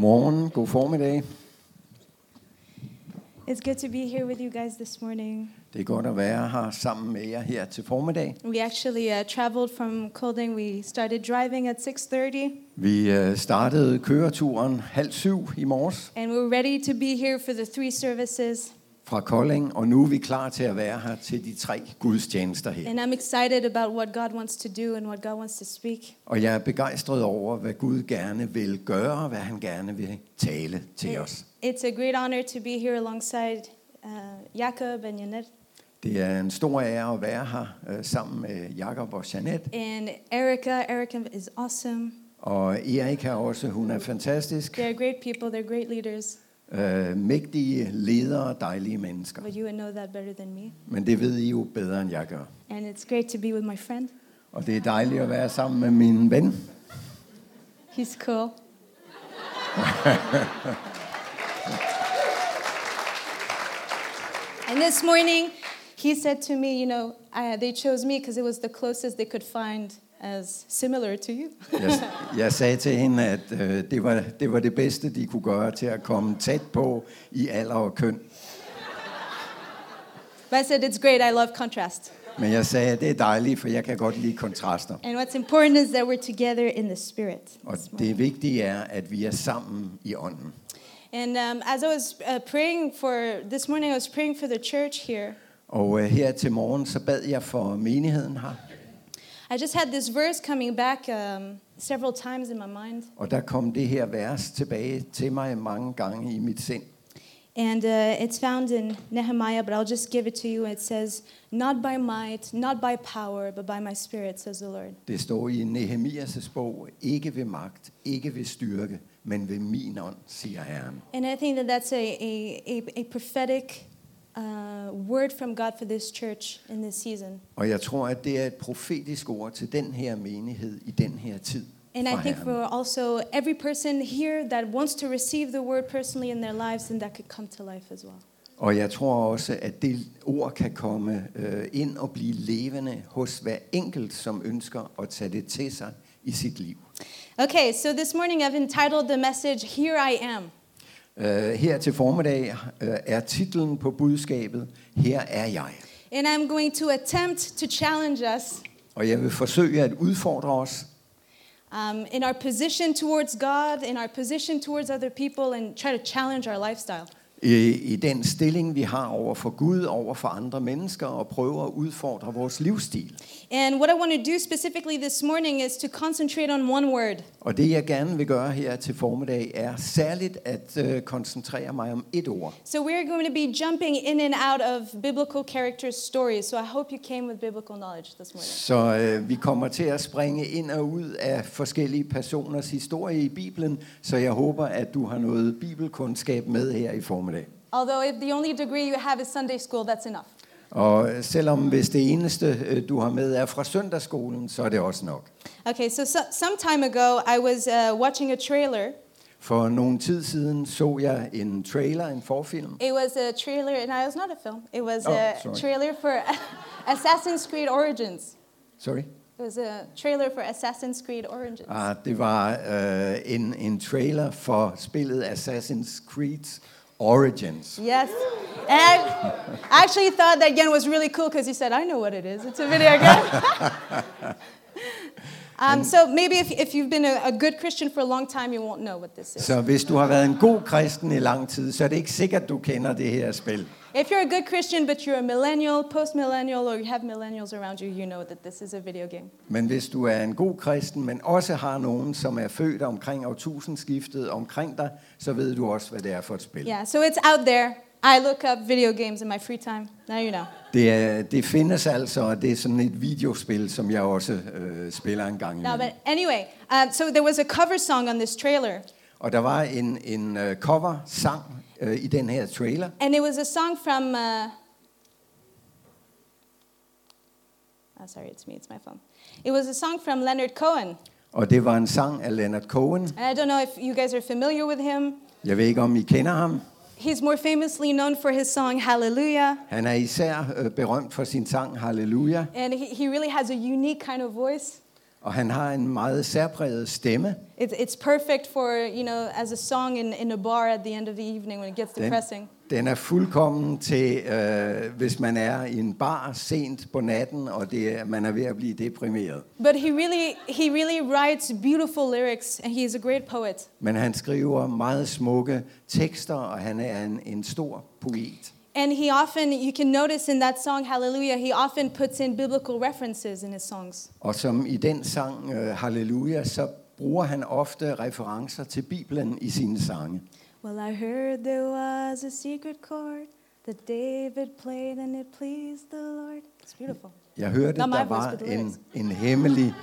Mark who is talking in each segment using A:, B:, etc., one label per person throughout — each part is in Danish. A: Godmorgen, god formiddag.
B: It's good to be here with you guys this morning.
A: Det er godt at være her sammen med jer her til formiddag.
B: We actually uh, traveled from Kolding. We started driving at 6:30,
A: Vi øh, startede køreturen halv syv i morges
B: and we were ready to be here for the three services.
A: fra Kolding, og nu er vi klar til at være her til de tre gudstjenester her.
B: And I'm excited about what God wants to do and what God wants to speak.
A: Og jeg er begejstret over, hvad Gud gerne vil gøre, og hvad han gerne vil tale til os.
B: It's a great honor to be here alongside uh, Jakob and Janet
A: Det er en stor ære at være her øh, sammen med Jakob og Jeanette.
B: and Erica. Erica is awesome.
A: Og Erika også, hun er fantastisk.
B: They're great people. They're great leaders.
A: Øh, mægtige ledere og dejlige mennesker.
B: But you would know that better than me.
A: Men det ved I jo bedre, end jeg gør.
B: And it's great to be with my friend.
A: Og det er dejligt at være sammen med min ven.
B: He's cool. and this morning, he said to me, You know, I, they chose me because it was the closest they could find as similar to you.
A: Jeg, jeg sagde til hende, at øh, det, var, det var det bedste, de kunne gøre til at komme tæt på i alder og køn.
B: But I said, It's great, I love contrast.
A: Men jeg sagde, at det er dejligt, for jeg kan godt lide kontraster.
B: And what's important is that we're together in the spirit.
A: Og det vigtige er, at vi er sammen i ånden.
B: And um, as I was uh, praying for this morning, I was praying for the church here.
A: Og øh, her til morgen, så bad jeg for menigheden her.
B: I just had this verse coming back um, several times in my mind.
A: Og der kom det her vers tilbage til mig mange gange i mit sind.
B: And uh, it's found in Nehemiah, but I'll just give it to you. It says, Not by might, not by power, but by my spirit, says the Lord.
A: Det står i Nehemias' bog, ikke ved magt, ikke ved styrke, men ved min ånd, siger Herren.
B: And I think that that's a, a, a, a prophetic uh, word from God for this church in this season.
A: Og jeg tror, at det er et profetisk ord til den her menighed i den her tid.
B: And I
A: fra
B: think
A: Herren.
B: for also every person here that wants to receive the word personally in their lives, and that could come to life as well.
A: Og jeg tror også, at det ord kan komme øh, ind og blive levende hos hver enkelt, som ønsker at tage det til sig i sit liv.
B: Okay, so this morning I've entitled the message, Here I Am.
A: Øh, her til formiddag øh, er titlen på budskabet, Her er jeg.
B: And I'm going to attempt to challenge us
A: Og jeg vil forsøge at udfordre os
B: um, in our position towards God, in our position towards other people, and try to challenge our lifestyle.
A: i, i den stilling, vi har over for Gud, over for andre mennesker, og prøve at udfordre vores livsstil.
B: And what I want to do specifically this morning is to concentrate on one word.
A: Og det jeg gerne vil gøre her til formiddag er særligt at øh, koncentrere mig om et ord.
B: So we're going to be jumping in and out of biblical characters' stories. So I hope you came with biblical knowledge this morning.
A: Så øh, vi kommer til at springe ind og ud af forskellige personers historie i Bibelen, så jeg håber, at du har noget bibelkundskab med her i formiddag.
B: Although, if the only degree you have is Sunday school, that's enough.
A: Og øh, selvom hvis det eneste, øh, du har med, er fra søndagsskolen, så er det også nok.
B: Okay, so, so some time ago, I was uh, watching a trailer.
A: For nogle tid siden så jeg en trailer, en forfilm,
B: It was a trailer, and I was not a film. It was
A: Oh,
B: a
A: sorry.
B: trailer for Assassin's Creed Origins.
A: sorry.
B: It was a trailer for Assassin's Creed Origins.
A: Ah, det var øh, en, en trailer for spillet Assassin's Creed Origins.
B: yes. And I actually thought that Yen was really cool because he said, I know what it is. It's a video game. um, so maybe if, if you've been a, a good Christian for a long time, you won't know what this is.
A: Så hvis du har været en god kristen i lang tid, så er det ikke sikkert, du kender det her spil.
B: If you're a good Christian, but you're a millennial, post millennial, or you have millennials around you, you know that this is a video game.
A: Men hvis du er en god kristen, men også har nogen, som er født omkring årtusindskiftet omkring dig, så ved du også, hvad det er for et spil.
B: Yeah, so it's out there. I look up video games in my free time. Now you know.
A: Det, er, det findes altså, og det er sådan et videospil, som jeg også øh, spiller en gang
B: No,
A: imellem.
B: but anyway, um, so there was a cover song on this trailer.
A: Og der var en, en øh, cover-sang øh, i den her trailer,
B: And it was a song from. Uh, oh, sorry, it's me, it's my phone. It was a song from Leonard Cohen.
A: og det var en sang af Leonard Cohen.
B: And I don't know if you guys are familiar with him.
A: Jeg ved ikke, om I kender ham.
B: He's more famously known for his song Hallelujah.
A: Han er især øh, berømt for sin sang Halleluja,
B: And he, he really has a unique kind of voice.
A: Og han har en meget særpræget stemme.
B: It, it's perfect for, you know, as a song in, in a bar at the end of the evening when it gets
A: Den,
B: depressing.
A: den er fuldkommen til, øh, hvis man er i en bar sent på natten, og det er, man er ved at blive deprimeret.
B: But he really, he really writes beautiful lyrics, and he is a great poet.
A: Men han skriver meget smukke tekster, og han er en, en stor poet.
B: And he often, you can notice in that song, Hallelujah, he often puts in biblical references in his songs.
A: Og som i den sang, øh, Halleluja, så bruger han ofte referencer til Bibelen i sine sange.
B: Well, I heard there was a secret chord that David played, and it pleased the Lord. It's beautiful.
A: Jeg hørte,
B: Nå, mig,
A: der
B: hvor
A: var
B: skal du
A: en,
B: læse?
A: en hemmelig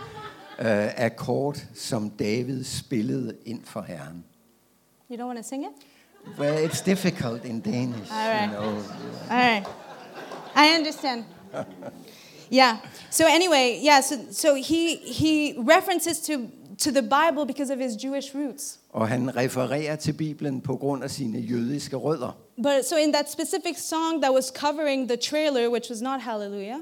A: øh, akkord, som David spillede ind for Herren.
B: You don't want to sing it?
A: Well, it's difficult in Danish,
B: Alright.
A: you know.
B: All right. I understand. Yeah. So anyway, yeah, so, so he he references to to the Bible because of his Jewish roots.
A: Og han refererer til Bibelen på grund af sine jødiske rødder.
B: But so in that specific song that was covering the trailer, which was not Hallelujah,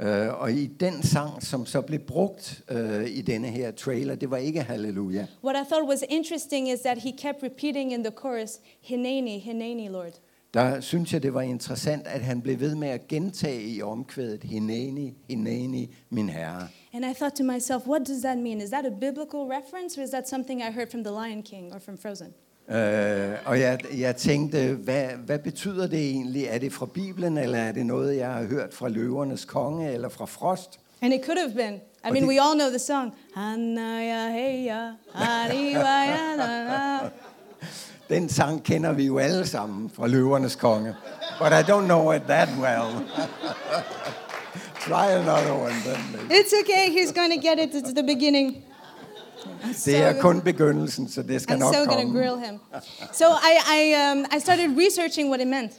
A: Øh, og i den sang, som så blev brugt øh, i denne her trailer, det var ikke Halleluja.
B: what I thought was interesting is that he kept repeating in the chorus, Hineni, Hineni, Lord.
A: Der synes jeg, det var interessant, at han blev ved med at gentage i omkvædet, Hineni, Hineni, min herre.
B: And I thought to myself, what does that mean? Is that a biblical reference or is that something I heard from The Lion King or from Frozen?
A: Øh, og jeg, jeg tænkte, hvad, hvad betyder det egentlig? Er det fra Bibelen, eller er det noget, jeg har hørt fra løvernes konge, eller fra Frost?
B: And it could have been. I
A: Or
B: mean,
A: did-
B: we all know the song. Hanaya, heya, ariwaya, na, na.
A: Den sang kender vi jo alle sammen fra løvernes konge. But I don't know it that well. Try another one. Then.
B: It's okay. He's going to get it. It's the beginning. I'm so
A: Det er
B: gonna-
A: kun begyndelsen, så det skal
B: I'm
A: nok
B: so going to
A: komme.
B: grill him. So I, I, um, I started researching what it meant.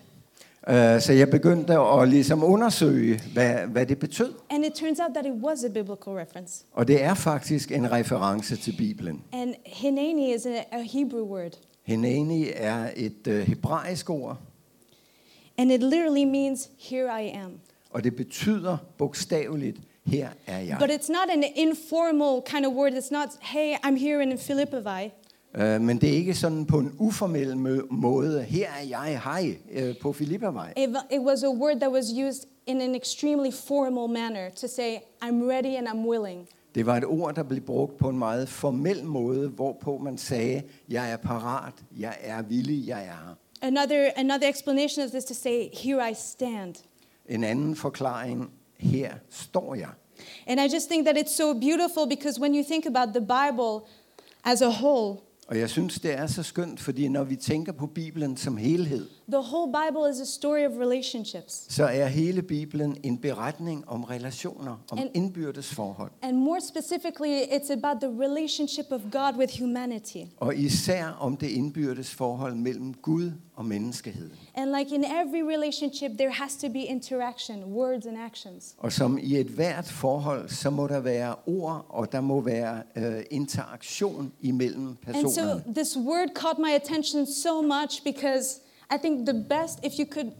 A: Øh, så jeg begyndte at ligesom undersøge, hvad, hvad det betød.
B: And it turns out that it was a biblical reference.
A: Og det er faktisk en reference til Bibelen.
B: And hineni is a, a Hebrew word.
A: Hineni er et øh, hebraisk ord,
B: And it literally means, here I am.
A: og det betyder bogstaveligt, her er jeg.
B: But it's not an informal kind of word. It's not, hey, I'm here in Philippivi.
A: Øh, men det er ikke sådan på en uformel mø- måde, her er jeg, hej, øh, på Filippavej.
B: It, it was a word that was used in an extremely formal manner to say, I'm ready and I'm willing.
A: Det var et ord, der blev brugt på en meget formel måde, hvorpå man sagde, jeg er parat, jeg er villig, jeg er her.
B: Another, another explanation of this to say, Here I stand.
A: En anden forklaring, her står jeg.
B: And I just think that it's so beautiful because when you think about the Bible as a whole,
A: Og jeg synes, det er så skønt, fordi når vi tænker på Bibelen som helhed,
B: the whole Bible is a story of relationships.
A: så er hele Bibelen en beretning om relationer, om
B: En-
A: indbyrdes forhold.
B: And more specifically, it's about the relationship of God with humanity.
A: Og især om det indbyrdes forhold mellem Gud og menneskeheden.
B: And like in every relationship, there has to be interaction, words and actions.
A: Og som i et hvert forhold, så må der være ord, og der må være øh, interaktion imellem
B: And so
A: personerne.
B: this word caught my attention so much because I think the best, if you could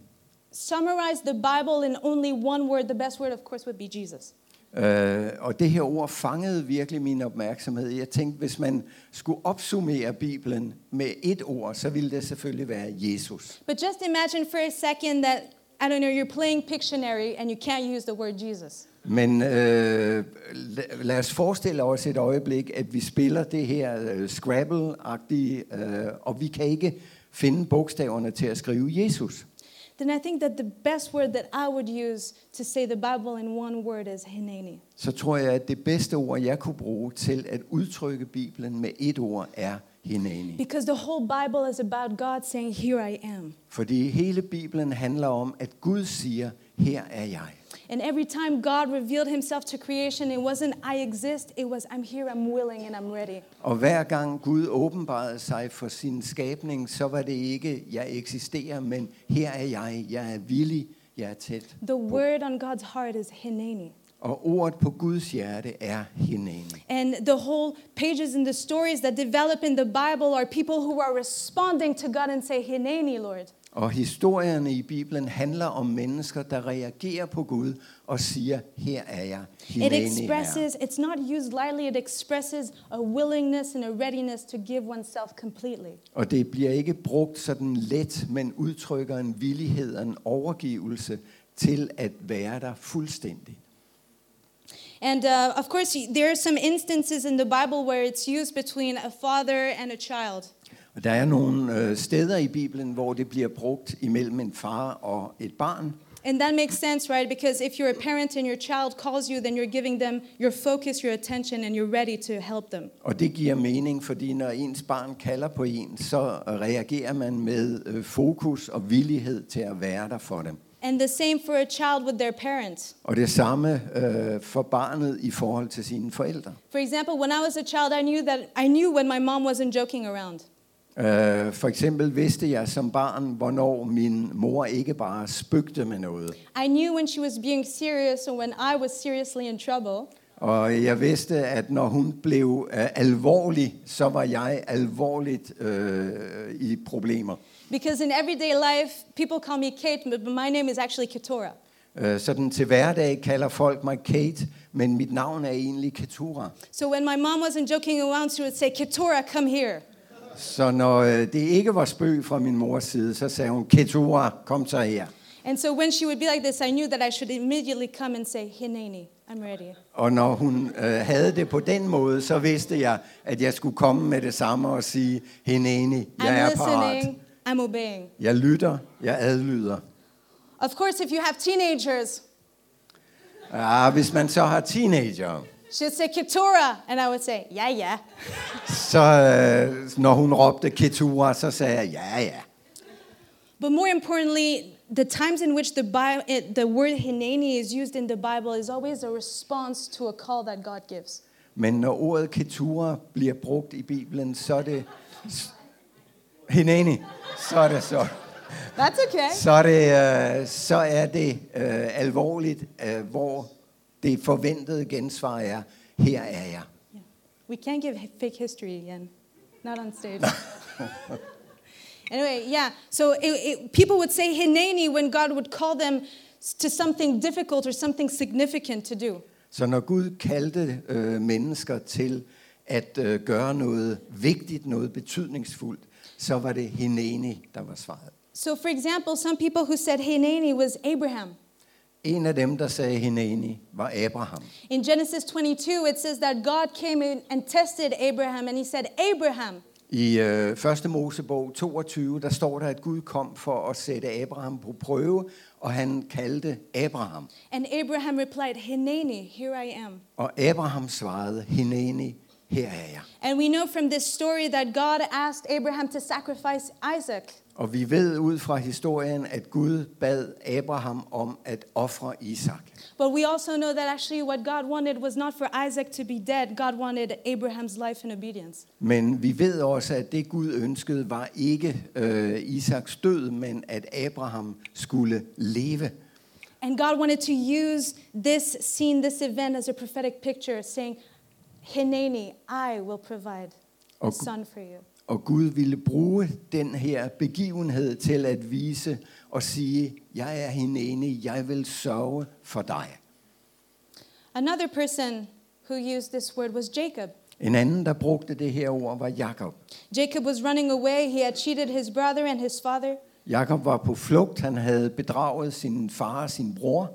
B: summarize the Bible in only one word, the best word, of course, would be Jesus.
A: Øh, og det her ord fangede virkelig min opmærksomhed. Jeg tænkte, hvis man skulle opsummere Bibelen med et ord, så ville det selvfølgelig være Jesus.
B: But just imagine for a second that, I don't know, you're playing Pictionary and you can't use the word Jesus.
A: Men øh, la- lad os forestille os et øjeblik, at vi spiller det her øh, Scrabble-agtige, øh, og vi kan ikke finde bogstaverne til at skrive Jesus.
B: Then I think that the best word that I would use to say the Bible in one word is Hineni.
A: Så tror jeg, at det bedste ord, jeg kunne bruge til at udtrykke Bibelen med et ord, er hinani.
B: Because the whole Bible is about God saying, Here I am.
A: Fordi hele Bibelen handler om, at Gud siger, her er jeg.
B: And every time God revealed himself to creation, it wasn't I exist, it was I'm here, I'm willing, and I'm ready.
A: Og hver gang Gud åbenbarede sig for sin skabning, så var det ikke, jeg eksisterer, men her er jeg, jeg er villig, jeg er tæt.
B: The word on God's heart is Hineni.
A: Og ordet på Guds hjerte er hinani.
B: And the whole pages and the stories that develop in the Bible are people who are responding to God and say, Hineni, Lord.
A: Og historierne i Bibelen handler om mennesker, der reagerer på Gud og siger, her er jeg,
B: It
A: Hineni er.
B: expresses, it's not used lightly, it expresses a willingness and a readiness to give oneself completely.
A: Og det bliver ikke brugt sådan let, men udtrykker en villighed og en overgivelse til at være der fuldstændig.
B: And uh, of course, y- there are some instances in the Bible where it's used between a father and a child.
A: Og der er nogle øh, steder i Bibelen, hvor det bliver brugt imellem en far og et barn.
B: And that makes sense, right? Because if you're a parent and your child calls you, then you're giving them your focus, your attention, and you're ready to help them.
A: Og det giver mening, fordi når ens barn kalder på en, så reagerer man med øh, fokus og villighed til at være der for dem.
B: And the same for a child with their parents.
A: Og det samme øh, for barnet i forhold til sine forældre.
B: For example, when I was a child, I knew that I knew when my mom wasn't joking around.
A: Øh, for eksempel vidste jeg som barn, hvornår min mor ikke bare spøgte med noget.
B: I knew when she was being serious or when I was seriously in trouble.
A: Og jeg vidste, at når hun blev øh, alvorlig, så var jeg alvorligt øh, i problemer.
B: Because in everyday life, people call me Kate, but my name is actually Keturah.
A: Øh, sådan til hverdag kalder folk mig Kate, men mit navn er egentlig Ketura.
B: So when my mom wasn't joking around, she would say, Keturah, come here.
A: Så når øh, det ikke var spøg fra min mors side, så sagde hun, Ketura, kom så her.
B: And so when she would be like this, I knew that I should immediately come and say, Hineni, I'm ready.
A: Og når hun øh, havde det på den måde, så vidste jeg, at jeg skulle komme med det samme og sige, Heneni, jeg
B: I'm
A: er parat.
B: listening, I'm obeying.
A: Jeg lytter, jeg adlyder.
B: Of course, if you have teenagers,
A: Ah, hvis man så har teenager,
B: she'd say, Keturah. And I would say, yeah, yeah.
A: så øh, når hun råbte Ketura, så sagde jeg, ja, ja.
B: But more importantly, the times in which the, Bi- it, the word Hineni is used in the Bible is always a response to a call that God gives.
A: Men når ordet Ketura bliver brugt i Bibelen, så er det... Heneni, så er det så.
B: That's okay.
A: Så er det, øh, så er det øh, alvorligt, øh, hvor det forventede gensvar er, her er jeg.
B: We can't give hi- fake history again, not on stage. anyway, yeah. So it, it, people would say Hineni when God would call them s- to something difficult or something significant to do.
A: Så når Gud kaldte øh, mennesker til at øh, gøre noget vigtigt, noget betydningsfuldt, så var det Hineni, der var svaret.
B: So, for example, some people who said Hineni was Abraham.
A: En af dem, der sagde Hineni, var Abraham.
B: In Genesis 22, it says that God came in and tested Abraham, and he said, Abraham.
A: I øh, 1. Mosebog 22, der står der, at Gud kom for at sætte Abraham på prøve, og han kaldte Abraham.
B: And Abraham replied, Hineni, here I am.
A: Og Abraham svarede, Hineni, her er jeg.
B: And we know from this story that God asked Abraham to sacrifice Isaac.
A: Og vi ved ud fra historien, at Gud bad Abraham om at ofre Isak.
B: But we also know that actually what God wanted was not for Isaac to be dead. God wanted Abraham's life and obedience.
A: Men vi ved også, at det Gud ønskede var ikke øh, Isaks død, men at Abraham skulle leve.
B: And God wanted to use this scene, this event, as a prophetic picture, saying, Hineni, I will provide a
A: Okay.
B: son for you.
A: Og Gud ville bruge den her begivenhed til at vise og sige, jeg er hende enig, jeg vil sørge for dig.
B: Another person who used this word was Jacob.
A: En anden, der brugte det her ord, var Jakob.
B: Jacob was running away. He had cheated his brother and his father.
A: Jakob var på flugt, han havde bedraget sin far og sin bror,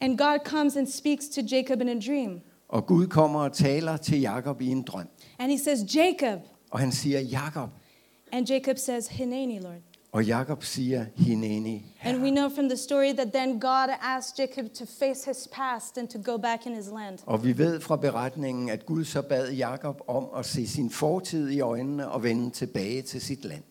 B: And God comes and speaks to Jacob in a dream.
A: og Gud kommer og taler til Jakob i en drøm.
B: And he says, Jacob.
A: Og han siger, Jakob.
B: And Jacob says, Hineni, Lord.
A: Og Jakob siger, hineni,
B: And we know from the story that then God asked Jacob to face his past and to go back in his land.
A: Og vi ved fra beretningen, at Gud så bad Jakob om at se sin fortid i øjnene og vende tilbage til sit land.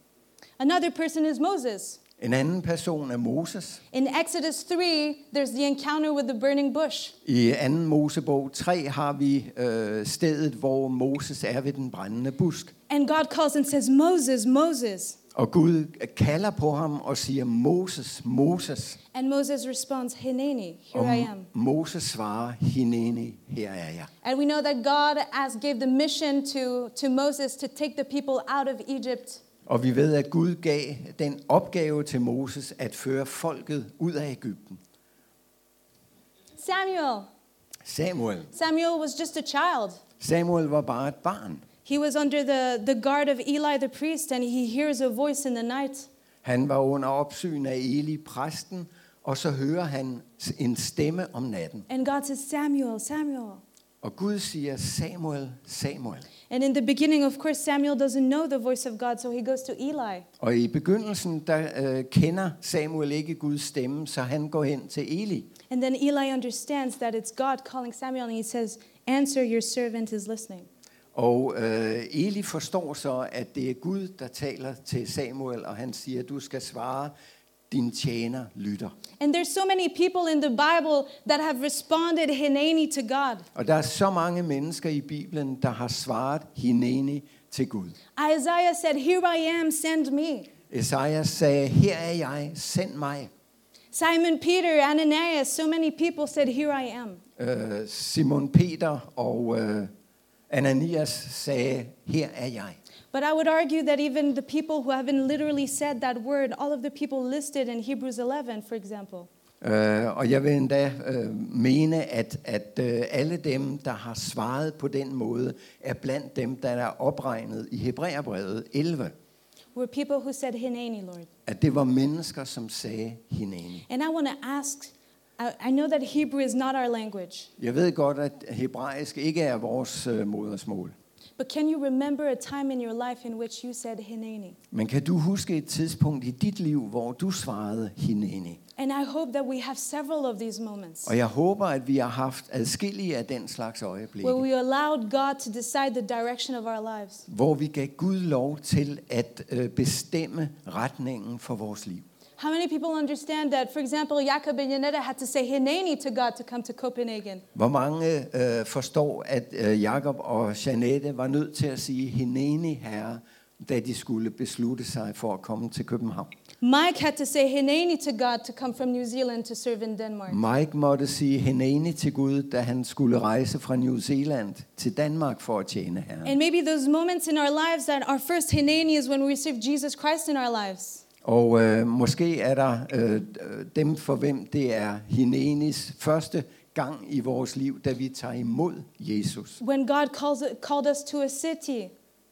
B: Another person is Moses.
A: En anden person er Moses.
B: In Exodus 3, there's the encounter with the burning bush.
A: I 2. Mosebog 3 har vi øh, stedet, hvor Moses er ved den brændende busk.
B: And God calls and says, Moses, Moses.
A: Og Gud kalder på ham og siger, Moses, Moses.
B: And Moses responds, Hineni, here
A: Og
B: I am.
A: Moses svarer, Hineni, her er jeg.
B: And we know that God asked, gave the mission to, to Moses to take the people out of Egypt
A: Og vi ved, at Gud gav den opgave til Moses at føre folket ud af Ægypten.
B: Samuel.
A: Samuel.
B: Samuel was just a child.
A: Samuel var bare et barn.
B: He was under the, the guard of Eli the priest, and he hears a voice in the night.
A: Han var under opsyn af Eli, præsten, og så hører han en stemme om natten.
B: And God says, Samuel, Samuel.
A: Og Gud siger, Samuel, Samuel.
B: And in the beginning, of course, Samuel doesn't know the voice of God, so he goes to Eli.
A: Og i begyndelsen, der øh, kender Samuel ikke Guds stemme, så han går hen til Eli.
B: And then Eli understands that it's God calling Samuel, and he says, Answer, your servant is listening.
A: Og øh, Eli forstår så, at det er Gud, der taler til Samuel, og han siger, du skal svare, din tjener lytter.
B: And there's so many people in the Bible that have responded hineni to God.
A: Og der er så mange mennesker i Bibelen, der har svaret hineni til Gud.
B: Isaiah said, Here I am, send me.
A: Esajas sagde, her er jeg, send mig.
B: Simon Peter, Ananias, so many people said, Here I am.
A: Øh, Simon Peter og øh, Ananias sagde, her er jeg.
B: But I would argue that even the people who haven't literally said that word, all of the people listed in Hebrews 11, for example,
A: Øh, og jeg vil endda øh, mene, at, at øh, alle dem, der har svaret på den måde, er blandt dem, der er opregnet i Hebræerbrevet 11.
B: were people who said, Hineni, Lord.
A: At det var mennesker, som sagde hinanden.
B: And I want to ask I, I know that Hebrew is not our language,
A: Jeg ved godt, at hebraisk ikke er vores øh, modersmål.
B: but can you remember a time in your life in which you said, Hineni?
A: Men kan du huske et tidspunkt i dit liv, hvor du svarede hinanden?
B: And I hope that we have several of these moments
A: Og jeg håber, at vi har haft adskillige af den slags øjeblikke,
B: where we allowed God to decide the direction of our lives.
A: hvor vi gav Gud lov til at øh, bestemme retningen for vores liv.
B: How many people understand that, for example, Jakob and Yanetta had to say Hineni to God to come to Copenhagen?
A: Hvor mange øh, forstår, at øh, Jakob og Janette var nødt til at sige hineni herre, da de skulle beslutte sig for at komme til København?
B: Mike had to say Hineni to God to come from New Zealand to serve in Denmark.
A: Mike måtte sige hineni til Gud, da han skulle rejse fra New Zealand til Danmark for at tjene herren.
B: And maybe those moments in our lives that our first Hineni is when we receive Jesus Christ in our lives.
A: Og øh, måske er der øh, dem, for hvem det er hinenis første gang i vores liv, da vi tager imod Jesus.
B: When God calls, called us to a city,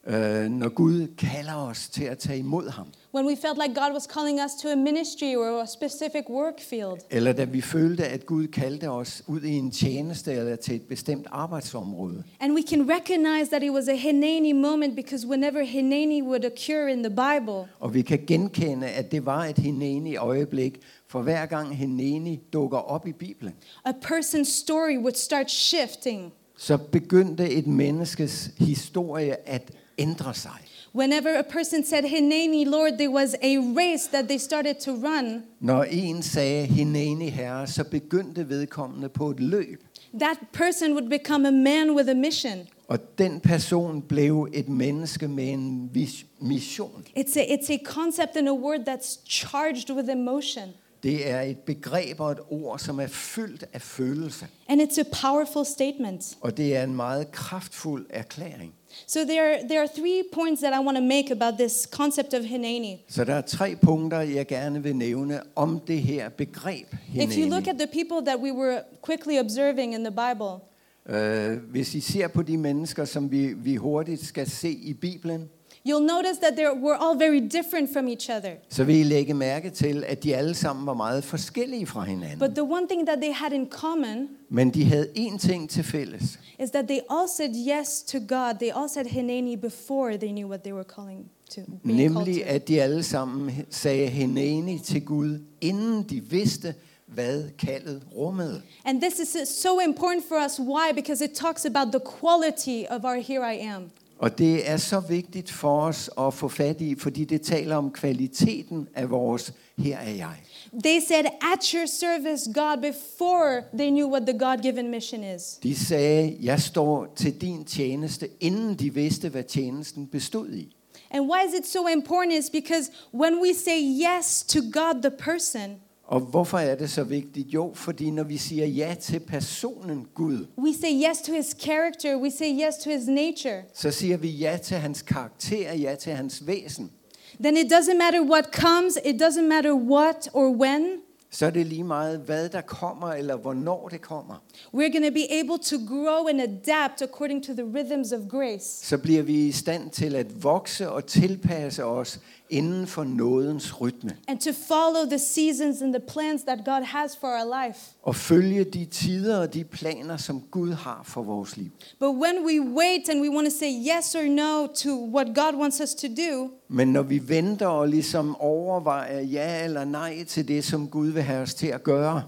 A: Øh, når Gud kalder os til at tage imod ham.
B: when we felt like God was calling us to a ministry or a specific work field.
A: Eller da vi følte, at Gud kaldte os ud i en tjeneste eller til et bestemt arbejdsområde.
B: And we can recognize that it was a Hineni moment because whenever Hineni would occur in the Bible,
A: Og vi kan genkende, at det var et hineni øjeblik, for hver gang hineni dukker op i Bibelen,
B: a person's story would start shifting.
A: så begyndte et menneskes historie at ændre sig.
B: Whenever a person said Hineni, Lord, there was a race that they started to run.
A: Når en sagde hineni herre, så begyndte vedkommende på et løb.
B: That person would become a man with a mission.
A: Og den person blev et menneske med en vis- mission.
B: It's a, it's a concept and a word that's charged with emotion.
A: Det er et begreb og et ord, som er fyldt af følelse.
B: And it's a powerful statement.
A: Og det er en meget kraftfuld erklæring.
B: So there, there are three points that I want to make about this concept of Hineni.
A: Så der er tre punkter, jeg gerne vil nævne om det her begreb.
B: If you look
A: hineni.
B: at the people that we were quickly observing in the Bible,
A: Øh, hvis I ser på de mennesker, som vi, vi hurtigt skal se i Bibelen,
B: you'll notice that they were all very different from each other.
A: så vil I lægge mærke til, at de alle sammen var meget forskellige fra hinanden.
B: But the one thing that they had in common
A: Men de havde én ting til fælles.
B: is that they all said yes to God. They all said Hineni before they knew what they were calling to. being called
A: Nemlig
B: to.
A: at de alle sammen sagde hineni til Gud, inden de vidste, hvad kaldet rummede.
B: And this is so important for us. Why? Because it talks about the quality of our here I am.
A: Og det er så vigtigt for os at få fat i, fordi det taler om kvaliteten af vores her er jeg.
B: They said, At your service, God, before they knew what the God given mission is.
A: De sagde, jeg står til din tjeneste, inden de vidste, hvad tjenesten bestod i.
B: And why is it so important is because when we say yes to God, the person,
A: Og hvorfor er det så vigtigt? Jo, fordi når vi siger ja til personen Gud,
B: we say yes to his character, we say yes to his nature.
A: så siger vi ja til hans karakter, ja til hans væsen.
B: then it doesn't matter what comes, it doesn't matter what or when.
A: så er det lige meget, hvad der kommer, eller hvornår det kommer.
B: We're going to be able to grow and adapt according to the rhythms of grace.
A: Så bliver vi i stand til at vokse og tilpasse os inden for nådens rytme.
B: and to follow the seasons and the plans that God has for our life.
A: Og følge de tider og de planer, som Gud har for vores liv.
B: But when we wait and we want to say yes or no to what God wants us to do,
A: Men når vi venter og ligesom overvejer ja eller nej til det, som Gud vil have os til at gøre,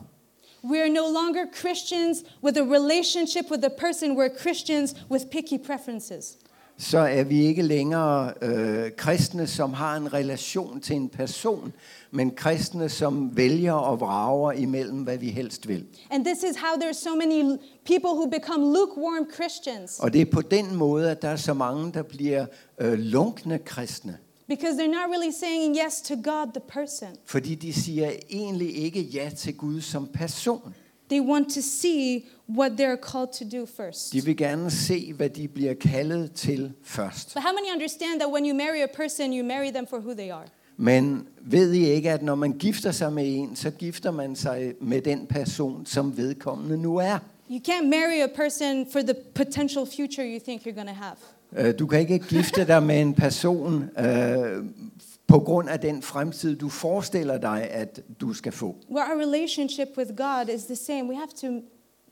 B: we are no longer Christians with a relationship with a person. We're Christians with picky preferences.
A: så er vi ikke længere øh, kristne, som har en relation til en person, men kristne, som vælger og vrager imellem, hvad vi helst vil.
B: And this is how there's so many l- people who become lukewarm Christians
A: Og det er på den måde, at der er så mange, der bliver øh, lunkne kristne.
B: because they're not really saying yes to God, the person.
A: Fordi de siger egentlig ikke ja til Gud som person.
B: They want to see what they're called to do first.
A: De vil gerne se, hvad de bliver kaldet til først.
B: But how many understand that when you marry a person, you marry them for who they are?
A: Men ved I ikke, at når man gifter sig med en, så gifter man sig med den person, som vedkommende nu er.
B: You can't marry a person for the potential future you think you're going to have.
A: Øh, Du kan ikke gifte dig med en person øh, på grund af den fremtid, du forestiller dig, at du skal få.
B: Well, our relationship with God is the same. We have to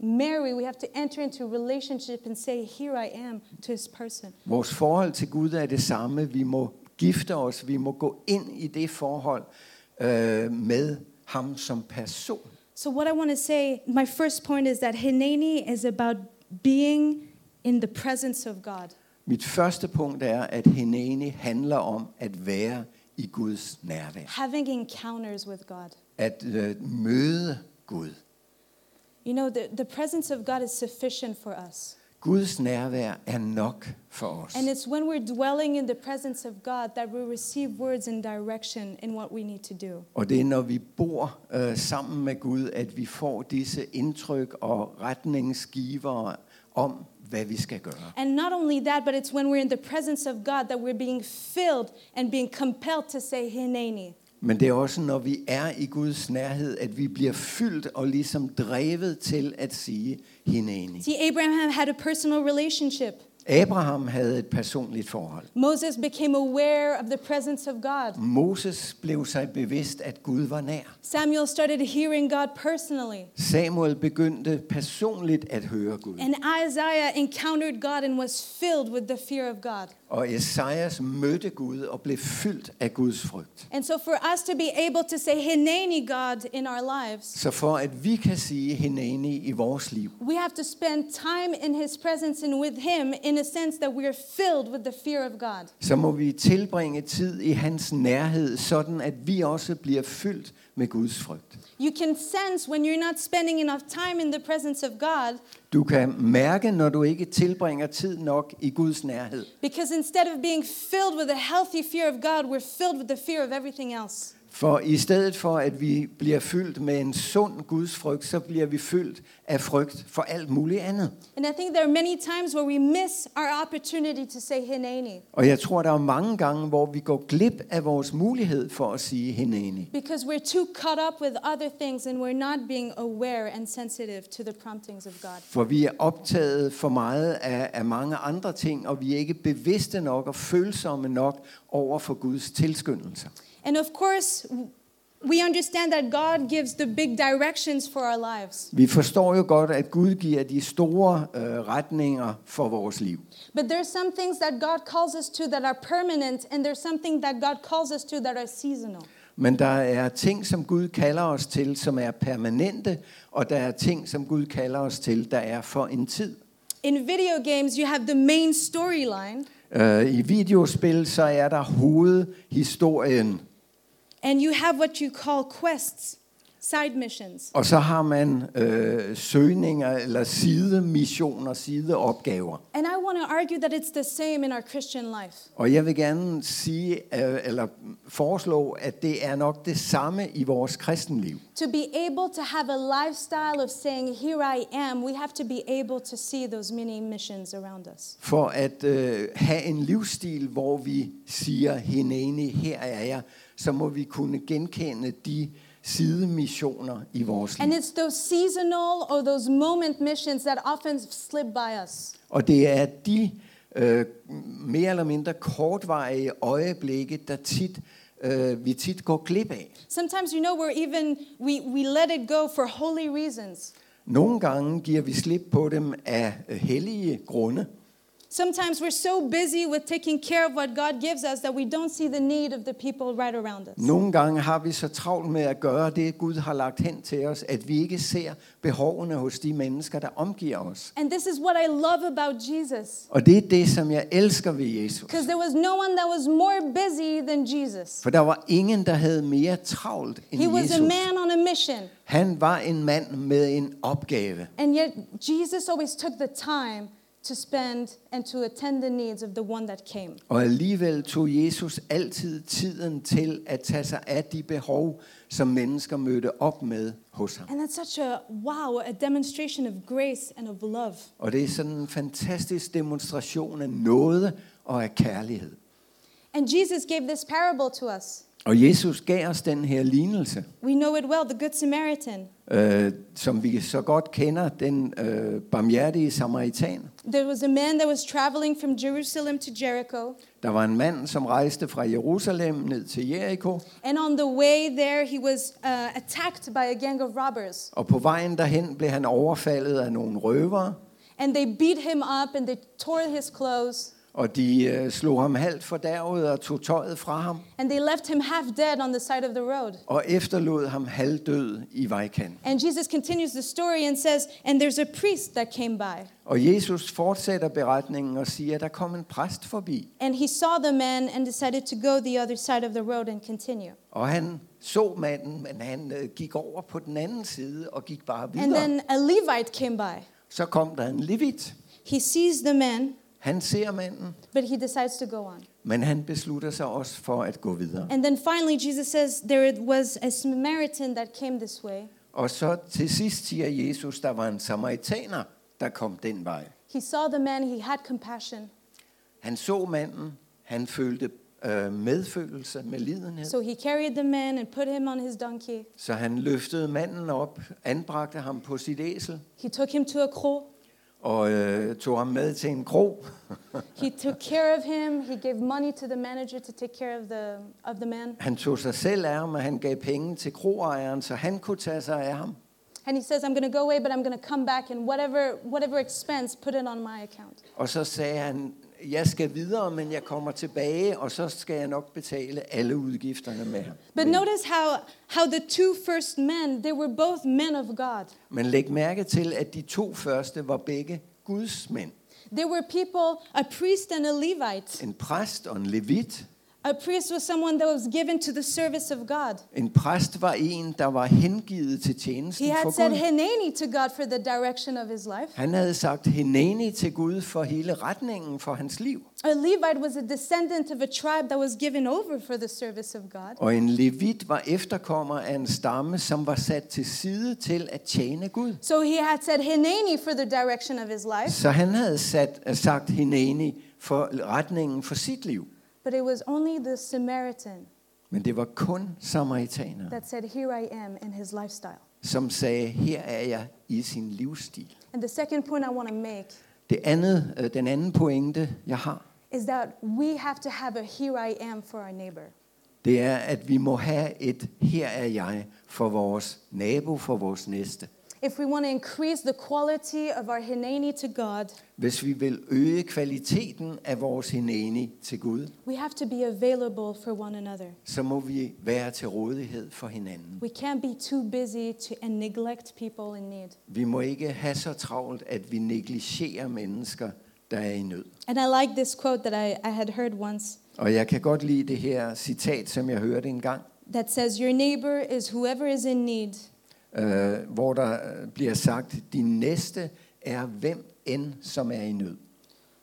B: marry, we have to enter into a relationship and say, Here I am to this person.
A: Vores forhold til Gud er det samme. Vi må gifte os, vi må gå ind i det forhold øh, med ham som person.
B: So, what I want to say, my first point is that Hineni is about being in the presence of God.
A: Mit første punkt er, at Hineni handler om at være i Guds nærvær.
B: Having encounters with God.
A: At øh, møde Gud.
B: You know, the, the presence of God is sufficient for us.
A: Guds nærvær er nok for os.
B: And it's when we're dwelling in the presence of God that we receive words and direction in what we need to do.
A: Og det er, når vi bor øh, sammen med Gud, at vi får disse indtryk og retningsgivere om, hvad vi skal gøre.
B: And not only that, but it's when we're in the presence of God that we're being filled and being compelled to say Hineni.
A: Men det er også, når vi er i Guds nærhed, at vi bliver fyldt og ligesom drevet til at sige hinanden.
B: See, Abraham had a personal relationship.
A: Abraham havde et personligt forhold.
B: Moses became aware of the presence of God.
A: Moses blev sig bevidst, at Gud var nær.
B: Samuel started hearing God personally.
A: Samuel begyndte personligt at høre Gud.
B: And Isaiah encountered God and was filled with the fear of God.
A: Og Esajas mødte Gud og blev fyldt af Guds frygt.
B: And so, for us to be able to say Hineni God in our lives,
A: Så for at vi kan sige hinanden i vores liv,
B: we have to spend time in His presence and with Him in a sense that we are filled with the fear of God.
A: så må vi tilbringe tid i hans nærhed, sådan at vi også bliver fyldt med Guds frygt.
B: You can sense when you're not spending enough time in the presence of God
A: Du kan mærke, når du ikke tilbringer tid nok i Guds nærhed.
B: because instead of being filled with a healthy fear of God, we're filled with the fear of everything else.
A: For i stedet for, at vi bliver fyldt med en sund Guds frygt, så bliver vi fyldt af frygt for alt muligt andet.
B: And I think there are many times where we miss our opportunity to say Hineni
A: Og jeg tror, der er mange gange, hvor vi går glip af vores mulighed for at sige hinanden.
B: because we're too caught up with other things and we're not being aware and sensitive to the promptings of God.
A: For vi er optaget for meget af, af mange andre ting, og vi er ikke bevidste nok og følsomme nok over for Guds tilskyndelser.
B: And of course, w- we understand that God gives the big directions for our lives.
A: Vi forstår jo godt, at Gud giver de store øh, retninger for vores liv.
B: But there's some things that God calls us to that are permanent, and there's something that God calls us to that are seasonal.
A: Men der er ting, som Gud kalder os til, som er permanente, og der er ting, som Gud kalder os til, der er for en tid.
B: In video games, you have the main storyline,
A: Øh, I videospil, så er der hovedhistorien,
B: and you have what you call quests. side missions.
A: Og så har man øh, søgninger eller sidemissioner, sideopgaver.
B: And I want to argue that it's the same in our Christian life.
A: Og jeg vil gerne sige, øh, eller foreslå, at det er nok det samme i vores kristenliv.
B: To be able to have a lifestyle of saying, Here I am, we have to be able to see those many missions around us.
A: For at øh, have en livsstil, hvor vi siger, hinene, her er jeg, så må vi kunne genkende de sidemissioner i vores liv.
B: And it's those seasonal or those moment missions that often slip by us.
A: Og det er de øh, mere eller mindre kortvarige øjeblikke, der tit, øh, vi tit går glip af.
B: Sometimes, you know, we're even, we, we let it go for holy reasons.
A: Nogle gange giver vi slip på dem af øh, hellige grunde.
B: Sometimes we're so busy with taking care of what God gives us that we don't see the need of the people right around us.
A: Nogle gange har vi så travlt med at gøre det, Gud har lagt hen til os, at vi ikke ser behovene hos de mennesker, der omgiver os.
B: And this is what I love about Jesus,
A: Og det er det, som jeg elsker ved Jesus.
B: because there was no one that was more busy than Jesus.
A: For der var ingen, der havde mere travlt end
B: He was a
A: Jesus.
B: man on a mission,
A: Han var en mand med en opgave.
B: and yet Jesus always took the time to spend and to attend the needs of the one that came.
A: Og alligevel tog Jesus altid tiden til at tage sig af de behov, som mennesker mødte op med hos ham.
B: And that's such a wow, a demonstration of grace and of love.
A: Og det er sådan en fantastisk demonstration af noget og af kærlighed.
B: And Jesus gave this parable to us.
A: Og Jesus gav os den her lignelse,
B: We know it well, the Good Samaritan.
A: øh, som vi så godt kender, den øh, barmhjertige samaritan.
B: There was a man that was traveling from Jerusalem to Jericho,
A: Der var en mand, som rejste fra Jerusalem ned til Jericho,
B: and on the way there, he was uh, attacked by a gang of robbers.
A: og på vejen derhen blev han overfaldet af nogle røvere,
B: And they beat him up and they tore his clothes,
A: og de øh, slog ham halvt fordærvet og tog tøjet fra ham,
B: and they left him half dead on the side of the road.
A: og efterlod ham halvdød i vejkanten.
B: And Jesus continues the story and says, And there's a priest that came by,
A: Og Jesus fortsætter beretningen og siger, at der kom en præst forbi,
B: and he saw the man and decided to go the other side of the road and continue.
A: og han så manden, men han øh, gik over på den anden side og gik bare
B: And
A: videre.
B: then a Levite came by.
A: Så kom der en levit.
B: He sees the man,
A: Han ser manden,
B: but he decides to go on.
A: men han beslutter sig også for at gå videre.
B: And then finally, Jesus says, There was a Samaritan that came this way.
A: Og så til sidst siger Jesus, der var en samaritaner, der kom den vej.
B: He saw the man, he had compassion,
A: Han så manden, han følte øh, medfølelse med lidenhed,
B: so he carried the man and put him on his donkey.
A: så han løftede manden op, anbragte ham på sit æsel
B: He took him to a crow.
A: og øh, tog ham med til en krog.
B: He took care of him. He gave money to the manager to take care of the, of the man.
A: Han tog sig selv af ham, og han gav penge til kroejeren, så han kunne tage sig af ham.
B: And he says, I'm going to go away, but I'm going to come back and whatever, whatever expense, put it on my account.
A: Og så sagde han, jeg skal videre, men jeg kommer tilbage, og så skal jeg nok betale alle udgifterne med ham.
B: But
A: Men-
B: notice how, how the two first men, they were both men of God.
A: Men læg mærke til, at de to første var begge Guds mænd.
B: They were people, a priest and a Levite.
A: En præst og en levit.
B: A priest was someone that was given to the service of God.
A: En præst var en, der var hengivet til
B: He
A: tjenesten
B: had
A: for
B: said
A: Gud.
B: Hineni to God for the direction of his life.
A: Han havde sagt heneni til Gud for hele retningen for hans liv.
B: A Levite was a descendant of a tribe that was given over for the service of God.
A: Og en levit var efterkommer af en stamme, som var sat til side til at tjene Gud.
B: So he had said Hineni for the direction of his life,
A: Så han havde sat, sagt heneni for retningen for sit liv.
B: but it was only the Samaritan
A: Men det var kun samaritaner,
B: that said, Here I am in his lifestyle.
A: som sagde, her er jeg i sin livsstil.
B: And the second point I want to make
A: Det andet, øh, den anden pointe, jeg har,
B: is that we have to have a Here I am for our neighbor.
A: det er, at vi må have et her er jeg for vores nabo, for vores næste.
B: If we want to increase the quality of our Hineni to God,
A: Hvis vi vil øge kvaliteten af vores hineni til Gud,
B: we have to be available for one another.
A: så må vi være til rådighed for hinanden.
B: We can't be too busy to, and neglect people in need.
A: Vi må ikke have så travlt, at vi negligerer mennesker, der er i nød.
B: And I like this quote that I, I had heard once
A: Og jeg kan godt lide det her citat, som jeg hørte engang.
B: that says, Your neighbor is whoever is in need
A: øh, hvor der bliver sagt, din næste er hvem end, som er i nød.